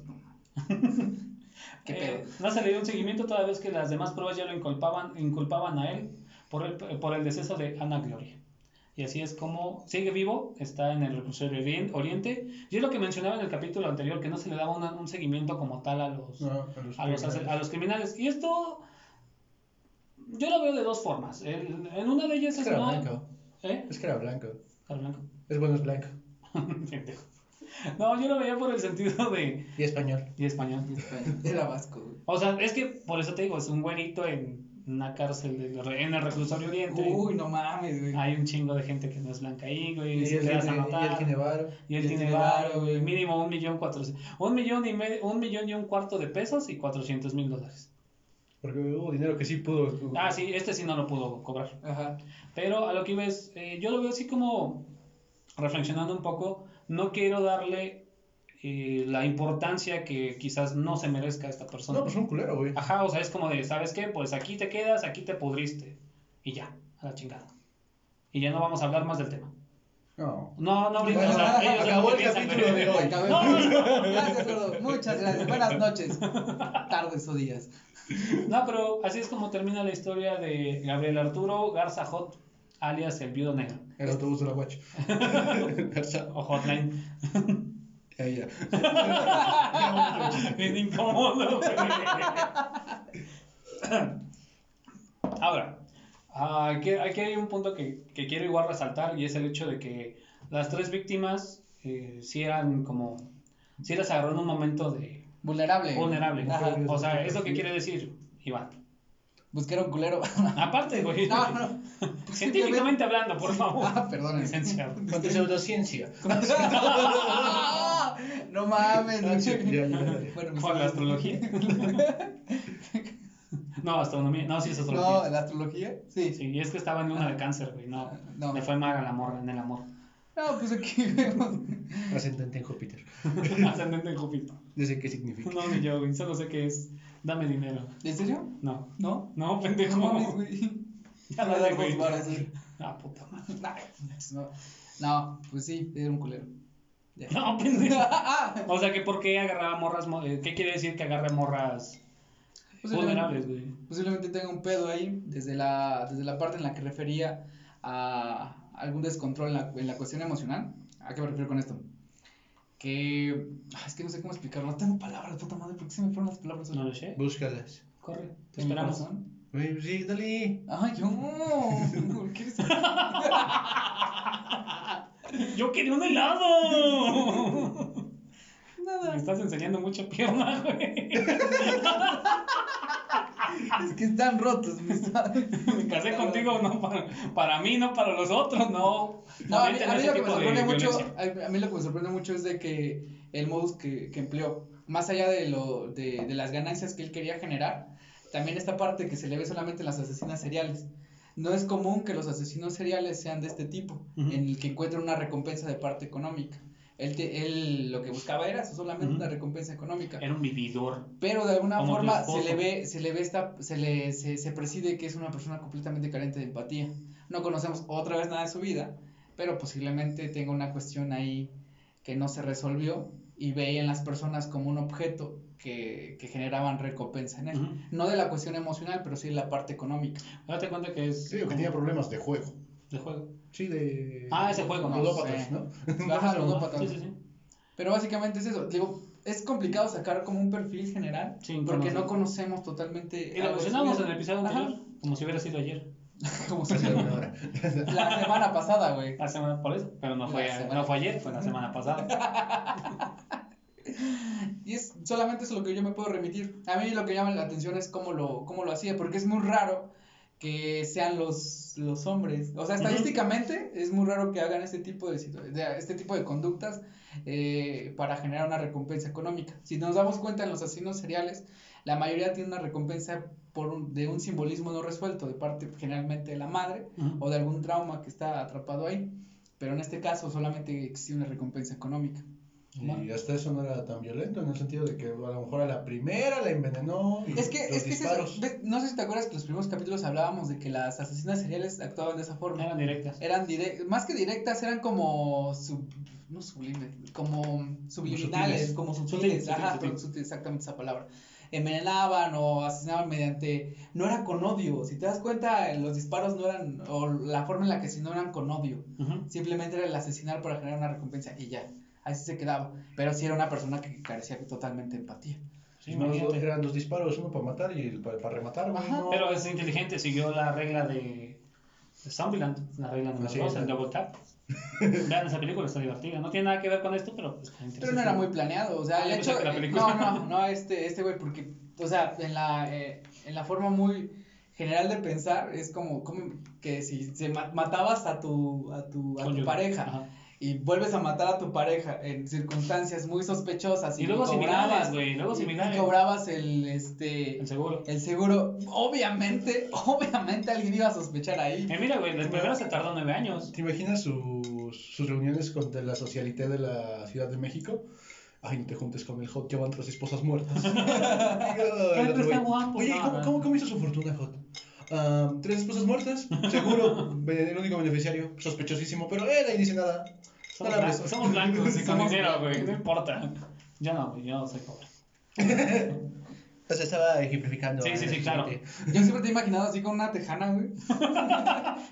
Speaker 1: Qué
Speaker 3: Eh,
Speaker 1: pedo.
Speaker 3: no se le dio un seguimiento toda vez que las demás pruebas ya lo inculpaban, inculpaban a él por el, por el deceso de Ana Gloria. Y así es como sigue vivo, está en el reclusorio orien- oriente. Y es lo que mencionaba en el capítulo anterior, que no se le daba una- un seguimiento como tal a los,
Speaker 2: No, a los
Speaker 3: a los,
Speaker 2: criminales.
Speaker 3: a los criminales. Y esto Yo lo veo de dos formas. En, en una de ellas
Speaker 2: Es
Speaker 3: es
Speaker 2: que era
Speaker 3: no.
Speaker 2: blanco.
Speaker 3: ¿Eh?
Speaker 2: Es que era blanco.
Speaker 3: Al blanco.
Speaker 2: Es bueno, es blanco.
Speaker 3: Pendejo. No, yo lo veía por el sentido de.
Speaker 2: Y español.
Speaker 3: Y español.
Speaker 1: Eh, Era vasco, güey.
Speaker 3: O sea, es que por eso te digo, es un güerito en una cárcel, de- en el reclusorio oriente.
Speaker 1: Uy, no mames, güey.
Speaker 3: Hay un chingo de gente que no es blanca ahí, güey.
Speaker 2: Y,
Speaker 3: Y se
Speaker 2: él
Speaker 3: te vas a
Speaker 2: tiene- y él
Speaker 3: matar.
Speaker 2: tiene varo.
Speaker 3: Y él tiene varo, güey. Mínimo un millón cuatrocientos. Un millón y medio, un millón y un cuarto de pesos y cuatrocientos mil dólares.
Speaker 2: Porque hubo dinero que sí pudo.
Speaker 3: Ah, sí, este sí no lo pudo cobrar.
Speaker 1: Ajá.
Speaker 3: Pero a lo que iba es, eh, yo lo veo así como reflexionando un poco, no quiero darle eh, la importancia que quizás no se merezca a esta persona.
Speaker 2: No, pues un culero, güey.
Speaker 3: Ajá, o sea, es como de, ¿sabes qué? Pues aquí te quedas, aquí te pudriste. Y ya, a la chingada. Y ya no vamos a hablar más del tema.
Speaker 2: No.
Speaker 3: No, no,
Speaker 2: Bueno,
Speaker 3: o sea, ellos son
Speaker 2: acabó
Speaker 3: los
Speaker 2: el
Speaker 3: que piensan,
Speaker 2: capítulo
Speaker 3: güey.
Speaker 2: de hoy.
Speaker 1: Acabemos. Gracias, gordo. Muchas gracias. Buenas noches. Tardes o días.
Speaker 3: No, pero así es como termina la historia de Gabriel Arturo Garza Hot, alias el viudo negro.
Speaker 2: El autobús de la guacha.
Speaker 3: O Hotline.
Speaker 2: Ahí ya.
Speaker 3: Bien incómodo. güey. Ahora, ah, aquí, aquí hay un punto que, que quiero igual resaltar y es el hecho de que las tres víctimas eh, sí eran como, sí las agarró en un momento de
Speaker 1: Vulnerable.
Speaker 3: vulnerable.
Speaker 1: Ajá.
Speaker 3: O sea, es lo que quiere decir Iván.
Speaker 1: Busqué un culero.
Speaker 3: Aparte, güey.
Speaker 1: No, no.
Speaker 3: Científicamente hablando, por favor.
Speaker 1: Ah, perdónenme.
Speaker 3: Licenciado.
Speaker 2: Contra pseudociencia.
Speaker 1: No mames.
Speaker 2: Ah, sí, ya, ya, ya.
Speaker 1: Bueno, mis
Speaker 3: Con la
Speaker 1: amigos.
Speaker 3: astrología. No, astronomía. No, sí es astrología.
Speaker 1: No, la astrología. Sí.
Speaker 3: Sí, es que estaba en una de cáncer, güey. No,
Speaker 1: Ah. No.
Speaker 3: le fue mal al amor, en el amor.
Speaker 1: No, pues aquí vemos.
Speaker 2: Ascendente en Júpiter.
Speaker 3: Ascendente en Júpiter.
Speaker 2: No sé qué significa.
Speaker 3: No, ni yo, güey. Solo sé que es. Dame dinero.
Speaker 1: ¿En serio?
Speaker 3: No.
Speaker 1: No.
Speaker 3: No,
Speaker 1: No
Speaker 3: pendejo.
Speaker 1: mames, güey.
Speaker 3: Ya
Speaker 1: Me
Speaker 3: dale,
Speaker 1: da dos
Speaker 3: güey.
Speaker 1: varas, güey.
Speaker 3: Ah, puta madre.
Speaker 1: No. No, pues sí, era un culero. Ya.
Speaker 3: No, pendejo. O sea, que por qué agarraba morras. mo- eh, ¿Qué quiere decir que agarre morras
Speaker 1: Pues
Speaker 3: vulnerables,
Speaker 1: Posiblemente,
Speaker 3: güey?
Speaker 1: posiblemente tenga un pedo ahí desde la, desde la parte en la que refería a algún descontrol en la, en la cuestión emocional. ¿A qué me refiero con esto? Que ah, es que no sé cómo explicarlo. No tengo palabras, puta madre. ¿Por qué se me fueron las palabras?
Speaker 3: Pues No lo sé.
Speaker 2: Búscalas.
Speaker 3: Corre, te
Speaker 1: ¿En mi
Speaker 3: esperamos.
Speaker 1: corazón?
Speaker 2: Güey, pues Sí, dale.
Speaker 1: Ay, yo. ¿Por qué eres así?
Speaker 3: ¡Yo quería un helado! Me
Speaker 1: Nada.
Speaker 3: estás enseñando mucha pierna, güey.
Speaker 1: Es que están rotos. Me, está-
Speaker 3: Me casé contigo, no para, para mí, no para los otros, no.
Speaker 1: No, a mí,
Speaker 3: meten
Speaker 1: a mí
Speaker 3: ese
Speaker 1: lo que me
Speaker 3: tipo de
Speaker 1: sorprende mucho,
Speaker 3: violencia.
Speaker 1: a a mí lo que me sorprende mucho es de que el modus que, que empleó, más allá de lo de, de las ganancias que él quería generar, también esta parte que se le ve solamente en las asesinas seriales. No es común que los asesinos seriales sean de este tipo,
Speaker 3: Ujú.
Speaker 1: en el que encuentran una recompensa de parte económica. Él, te- él lo que buscaba era solamente
Speaker 3: Ujú.
Speaker 1: una recompensa económica.
Speaker 3: Era un vividor.
Speaker 1: Pero de alguna
Speaker 3: Como tu
Speaker 1: forma se le
Speaker 3: esposo.
Speaker 1: ve, se le ve esta, se le, se, se preside que es una persona completamente carente de empatía. No conocemos otra vez nada de su vida, pero posiblemente tenga una cuestión ahí que no se resolvió y veía en las personas como un objeto que, que generaban recompensa en él.
Speaker 3: Ujú.
Speaker 1: No de la cuestión emocional, pero sí la parte económica.
Speaker 3: Date cuenta que es
Speaker 2: Sí, que
Speaker 3: como
Speaker 2: tenía problemas de juego.
Speaker 3: de juego.
Speaker 2: Sí, de.
Speaker 3: Ah, ese juego,
Speaker 1: no
Speaker 2: Ludópatas,
Speaker 1: sé.
Speaker 2: ¿no?
Speaker 1: Ajá, ludópata.
Speaker 3: Sí, sí, sí.
Speaker 1: Pero básicamente es eso. Digo, es complicado sacar como un perfil general
Speaker 3: Sin
Speaker 1: porque
Speaker 3: conocer.
Speaker 1: no conocemos totalmente.
Speaker 3: Y lo
Speaker 1: Eh, algo de su
Speaker 3: mencionamos en
Speaker 1: vida.
Speaker 3: el episodio
Speaker 1: Ajá,
Speaker 3: anterior, como si hubiera sido ayer.
Speaker 1: como se-
Speaker 2: Hace una hora.
Speaker 1: la semana pasada, güey.
Speaker 3: La semana por eso, pero no
Speaker 1: La
Speaker 3: fue,
Speaker 1: semana.
Speaker 3: no fue ayer, fue la semana pasada.
Speaker 1: Y es solamente es lo que yo me puedo remitir. A mí lo que llama la atención es cómo lo, cómo lo hacía, porque es muy raro que sean los, los hombres. O sea,
Speaker 3: Ujú.
Speaker 1: estadísticamente es muy raro que hagan este tipo de, situ- de- este tipo de conductas eh, para generar una recompensa económica. Si nos damos cuenta en los asesinos seriales, la mayoría tiene una recompensa por un- de un simbolismo no resuelto, de parte generalmente de la madre
Speaker 3: Ujú.
Speaker 1: o de algún trauma que está atrapado ahí. Pero en este caso solamente existe una recompensa económica.
Speaker 2: Y hasta eso no era tan violento en el sentido de que a lo mejor a la primera la envenenó. Y
Speaker 1: Es que,
Speaker 2: los
Speaker 1: es que es eso.
Speaker 2: disparos.
Speaker 1: Ve- no sé si te acuerdas que los primeros capítulos hablábamos de que las asesinas seriales actuaban de esa forma.
Speaker 3: Eran directas.
Speaker 1: Eran direct, más que directas, eran como sub- no sublimes, como subliminales,
Speaker 2: sutiles.
Speaker 1: como
Speaker 3: Sutil,
Speaker 1: sutiles,
Speaker 3: sutil,
Speaker 1: ajá,
Speaker 3: sutil.
Speaker 1: pero sutil, exactamente esa palabra. Envenenaban o asesinaban mediante, no era con odio, si te das cuenta, los disparos no eran, o la forma en la que si no eran con odio,
Speaker 3: Ujú.
Speaker 1: simplemente era el asesinar para generar una recompensa y ya, así se quedaba, pero sí era una persona que carecía totalmente de empatía.
Speaker 3: Sí, Sí,
Speaker 2: Los malos
Speaker 3: imagínate.
Speaker 2: eran dos disparos, uno para matar y el para, para rematar, güey.
Speaker 1: Ajá.
Speaker 2: ¿no?
Speaker 3: Pero es inteligente, siguió la regla de, de Zombieland, la regla número
Speaker 2: Así
Speaker 3: 2,
Speaker 2: es.
Speaker 3: el double tap. Vean esa película, está divertida. No tiene nada que ver con esto, pero pues, está interesante.
Speaker 1: Pero no era muy planeado, o sea,
Speaker 3: Ah,
Speaker 1: el
Speaker 3: yo pensé
Speaker 1: hecho...
Speaker 3: que la
Speaker 1: eh,
Speaker 3: película.
Speaker 1: No, no, no, este, este güey, porque, o sea, en la, eh, en la forma muy general de pensar, es como, como que si se ma- matabas a tu, a tu, a tu
Speaker 3: Cónyuge.
Speaker 1: pareja,
Speaker 3: Ajá.
Speaker 1: y vuelves a matar a tu pareja en circunstancias muy sospechosas,
Speaker 3: Y luego similares,
Speaker 1: cobrabas,
Speaker 3: güey, luego
Speaker 1: y- y
Speaker 3: similares.
Speaker 1: cobrabas el, este,
Speaker 3: El seguro.
Speaker 1: el seguro, obviamente, obviamente alguien iba a sospechar ahí,
Speaker 3: Eh, mira, güey, el primero se tardó nueve años.
Speaker 2: ¿Te imaginas sus, sus reuniones con de la socialité de la Ciudad de México? Ay, no te juntes con el Hot, ya van tres esposas muertas. Y luego el
Speaker 3: Pero
Speaker 2: otro
Speaker 3: está
Speaker 2: güey,
Speaker 3: guapo,
Speaker 2: Oye,
Speaker 3: no,
Speaker 2: ¿cómo,
Speaker 3: no.
Speaker 2: cómo, cómo hizo su fortuna, Hot? Ah, tres esposas muertas, seguro. El único beneficiario, sospechosísimo, pero él ahí dice nada.
Speaker 3: Somos,
Speaker 2: Nada,
Speaker 3: blancos,
Speaker 2: pues.
Speaker 3: somos blancos y con
Speaker 1: Somos
Speaker 3: dinero, güey, no importa. Yo no, güey, yo soy pobre.
Speaker 2: Entonces estaba ejemplificando.
Speaker 3: Sí,
Speaker 2: a
Speaker 3: sí,
Speaker 2: la
Speaker 3: sí, claro.
Speaker 2: gente.
Speaker 1: yo siempre te he imaginado así con una tejana, güey,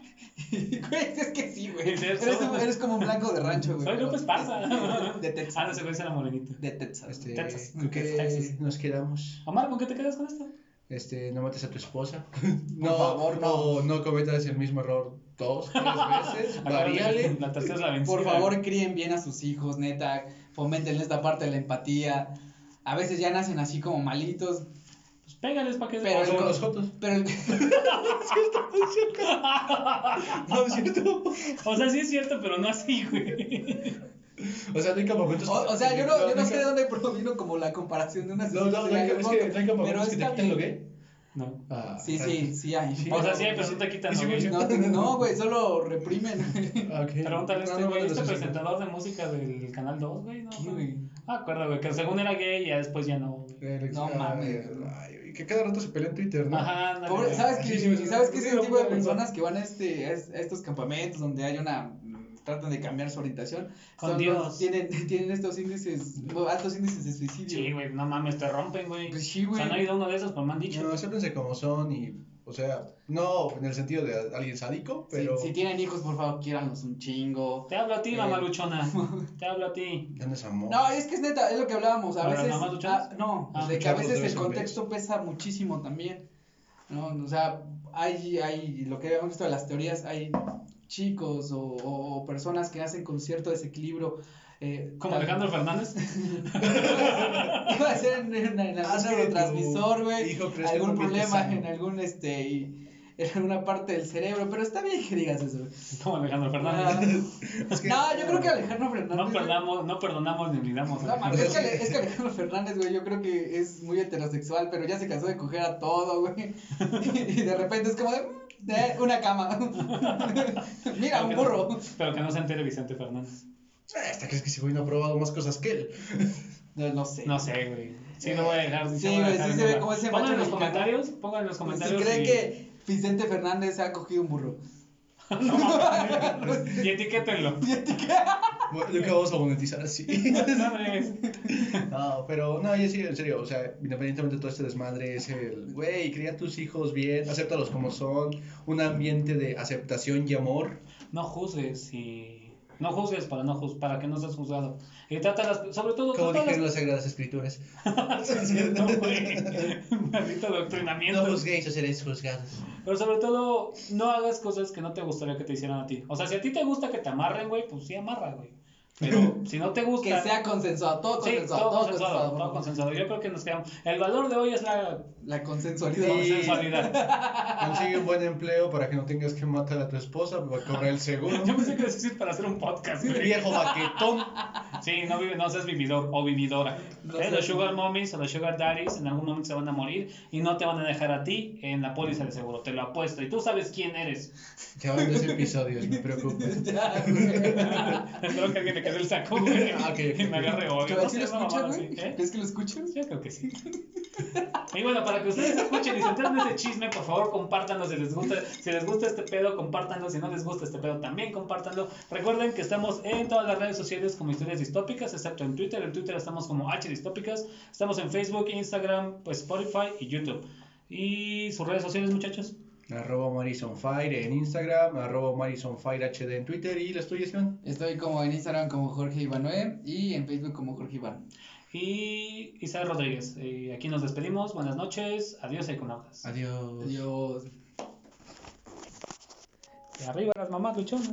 Speaker 1: Y, güey, es que sí, güey,
Speaker 3: Sí,
Speaker 1: eres,
Speaker 3: somos-
Speaker 1: un- eres como un blanco de rancho, güey,
Speaker 3: Soy
Speaker 1: pero-
Speaker 3: López Parza.
Speaker 1: De
Speaker 3: Ah, no,
Speaker 1: Texas.
Speaker 3: ese güey era morenito.
Speaker 1: De Texas.
Speaker 2: Este,
Speaker 3: Texas.
Speaker 2: ¿con qué
Speaker 3: Texas.
Speaker 2: nos quedamos?
Speaker 3: Omar, ¿con qué te quedas con esto?
Speaker 2: Este, no mates a tu esposa.
Speaker 1: favor, no.
Speaker 2: no. No cometas el mismo error dos, tres veces.
Speaker 3: Acuérdate que
Speaker 2: Varíale.
Speaker 3: La tercera es la vencida.
Speaker 1: Por favor, críen bien a sus hijos, neta. Fomenten esta parte de la empatía. A veces ya nacen así como malitos,
Speaker 3: Pues pégales para que
Speaker 1: Pero
Speaker 2: Son
Speaker 1: el-
Speaker 2: los jotos.
Speaker 1: pero el-
Speaker 2: No, es cierto.
Speaker 3: O sea, sí es cierto, pero no así, güey.
Speaker 2: O sea, no hay campamentos.
Speaker 1: o, o sea, yo no, yo no
Speaker 2: hay
Speaker 1: sé de dónde provino como la comparación de una
Speaker 2: cam- No, no, no hay, es que no hay campamentos que te quiten lo gay.
Speaker 3: No.
Speaker 2: Ah,
Speaker 1: Sí, sí, sí hay.
Speaker 2: Sí.
Speaker 3: O sea, sí hay, pero no te quitan.
Speaker 2: Sí,
Speaker 3: ¿no,
Speaker 2: güey,
Speaker 3: güey?
Speaker 2: sí.
Speaker 1: No, no, güey, solo reprimen.
Speaker 2: Ah, ok.
Speaker 3: Pregúntale a este
Speaker 2: No, no,
Speaker 3: güey,
Speaker 2: no, no, no,
Speaker 3: este
Speaker 2: no.
Speaker 3: presentador de música del Canal 2, güey, no.
Speaker 1: ¿Quién,
Speaker 3: güey.
Speaker 1: güey?
Speaker 3: Ah, acuerdo, güey, que según era gay y ya después ya no. güey.
Speaker 2: Alex, ah,
Speaker 1: No
Speaker 2: ay,
Speaker 1: mames.
Speaker 2: ay, que cada rato se pelea en Twitter, ¿no?
Speaker 3: Ajá, ándale,
Speaker 1: Pobre-
Speaker 3: güey.
Speaker 1: ¿Sabes qué?
Speaker 2: Sí, sí, sí,
Speaker 1: ¿Sabes
Speaker 2: sí,
Speaker 1: qué es
Speaker 2: sí,
Speaker 1: el
Speaker 2: sí,
Speaker 1: tipo de
Speaker 2: sí, sí.
Speaker 1: personas que van a, este, a es- a estos campamentos donde hay una... Tratan de cambiar su orientación. Son
Speaker 3: Con
Speaker 1: los-
Speaker 3: Dios.
Speaker 1: Tienen, tienen estos índices, altos índices de suicidio.
Speaker 3: Sí, güey, no mames, te rompen, güey.
Speaker 1: Pues sí, güey.
Speaker 3: O sea, no ha ido uno de esos, pues me han dicho.
Speaker 2: No, acéptense como son y, o sea, no en el sentido de alguien sádico, pero...
Speaker 1: Si, si tienen hijos, por favor, quiéranlos un chingo.
Speaker 3: Te hablo a ti,
Speaker 1: Eh.
Speaker 3: mamá luchona. Te hablo a ti.
Speaker 2: ¿Dónde es amor?
Speaker 1: No, es que es neta, es lo que hablábamos. A
Speaker 3: ¿Para
Speaker 1: veces.
Speaker 3: mamás luchonas?
Speaker 1: ah, no,
Speaker 3: Ah.
Speaker 1: de que a
Speaker 2: Lucharlos de
Speaker 1: veces
Speaker 2: vez
Speaker 1: el
Speaker 2: en
Speaker 1: contexto pesa muchísimo también. ¿no? O sea, hay, hay lo que habíamos visto de las teorías, hay chicos o, o- o personas que nacen con cierto desequilibrio. eh,
Speaker 3: Como
Speaker 1: tal-
Speaker 3: Alejandro Fernández.
Speaker 1: Iba a ser en, en- en algún
Speaker 2: Haz que tu
Speaker 1: neurotransmisor, güey.
Speaker 2: hijo crezca en
Speaker 1: Algún
Speaker 2: un ambiente
Speaker 1: problema
Speaker 2: sano.
Speaker 1: en algún este. y- en alguna parte del cerebro, pero está bien que digas eso. güey.
Speaker 3: Como Alejandro
Speaker 1: Ah,
Speaker 3: Fernández.
Speaker 2: Es que-
Speaker 1: no, yo creo que Alejandro Fernández.
Speaker 3: No
Speaker 1: güey,
Speaker 3: perdamos, no perdonamos ni olvidamos.
Speaker 1: No mames,
Speaker 2: Pero
Speaker 1: es que,
Speaker 2: sí.
Speaker 1: Ale- es que Alejandro Fernández, güey, yo creo que es muy heterosexual, pero ya se cansó de coger a todo, güey. Y de repente es como de, mm, eh, una cama. Mira, un
Speaker 3: Pero que no-
Speaker 1: burro.
Speaker 3: Pero que no se entere Vicente Fernández.
Speaker 2: Ah, ¿Hasta crees que ese güey no ha probado más cosas que él?
Speaker 1: No, no sé.
Speaker 3: No sé, güey. Sí, lo voy a dejar.
Speaker 1: Sí,
Speaker 3: lo voy a
Speaker 1: güey,
Speaker 3: dejar
Speaker 1: sí
Speaker 3: en
Speaker 1: se ve
Speaker 3: duda.
Speaker 1: como ese
Speaker 3: Pongan
Speaker 1: macho
Speaker 3: en los
Speaker 1: mexicano.
Speaker 3: comentarios. Pongan en los
Speaker 1: Si
Speaker 3: comentarios.
Speaker 1: cree
Speaker 3: y-
Speaker 1: que Vicente Fernández ha cogido un burro.
Speaker 3: No mames. y etiquétenlo.
Speaker 2: Bueno, Yo que vamos a monetizar así.
Speaker 3: Madres.
Speaker 2: No, pero no, yo sí, en serio, o sea, independientemente de todo este desmadre, es el, güey, cría a tus hijos bien, acéptalos como son, un ambiente de aceptación y amor.
Speaker 3: No juzgues y. No juzgues para, no juz- para que no seas juzgado. Y trata las. Sobre todo,
Speaker 2: Como
Speaker 3: trata
Speaker 2: dijeron
Speaker 3: las.
Speaker 2: las Sagradas Escrituras.
Speaker 3: No, güey. Maldito adoctrinamiento.
Speaker 2: No
Speaker 1: pues,
Speaker 2: juzguéis o seréis juzgados.
Speaker 3: Pero sobre todo, no hagas cosas que no te gustaría que te hicieran a ti. O sea, si a ti te gusta que te amarren, güey, pues sí amarra, güey. Pero si no te gusta.
Speaker 1: Que sea consensuado, todo
Speaker 3: Sí,
Speaker 1: consensuado,
Speaker 3: todo
Speaker 1: todo,
Speaker 3: consensuado,
Speaker 1: consensuado.
Speaker 3: todo consensuado. Yo creo que nos quedamos. El valor de hoy es la
Speaker 1: La consensualidad.
Speaker 2: Sí.
Speaker 3: consensualidad.
Speaker 2: Consigue un buen empleo para que no tengas que matar a tu esposa para cobrar el seguro.
Speaker 3: Yo pensé que ibas a decir para hacer un podcast. güey.
Speaker 2: Viejo baquetón.
Speaker 3: Sí, no, vive, no seas vividor o vividora.
Speaker 1: No
Speaker 3: Eh,
Speaker 1: seas-
Speaker 3: Los sugar mommies o los sugar daddies en algún momento se van a morir y no te van a dejar a ti en la póliza de seguro. Te lo apuesto. Y tú sabes quién eres.
Speaker 2: Ya van tres episodios, me preocupa.
Speaker 1: Ya, güey.
Speaker 3: Espero que alguien le quede el saco, güey.
Speaker 2: Ah, ok, ok,
Speaker 3: Y me
Speaker 2: ok.
Speaker 3: agarre hoy.
Speaker 1: ¿Crees que lo
Speaker 3: una mamada
Speaker 1: escuchas,
Speaker 3: así,
Speaker 1: güey?
Speaker 3: ¿eh?
Speaker 1: ¿Crees que lo escuchas?
Speaker 3: Yo creo que sí. Y bueno, para que ustedes escuchen y se enteren de ese chisme, por favor, compártanlo si les gusta. Si les gusta este pedo, compártanlo. Si no les gusta este pedo, también compártanlo. Recuerden que estamos en todas las redes sociales como Historias Distópicas, excepto en Twitter. En Twitter estamos como H Distópicas. Estamos en Facebook, Instagram, pues, Spotify y YouTube. Y sus redes sociales, muchachos.
Speaker 2: Arroba Maris on Fire en Instagram, arroba Maris on Fire HD en Twitter y las tuyas, Iván.
Speaker 1: Estoy como en Instagram como Jorge Ivanoe y en Facebook como Jorge Iván.
Speaker 3: Y Isabel Rodríguez. Y aquí nos despedimos. Buenas noches. Adiós, econautas.
Speaker 2: Adiós.
Speaker 1: Adiós.
Speaker 3: Y arriba las mamás luchonas.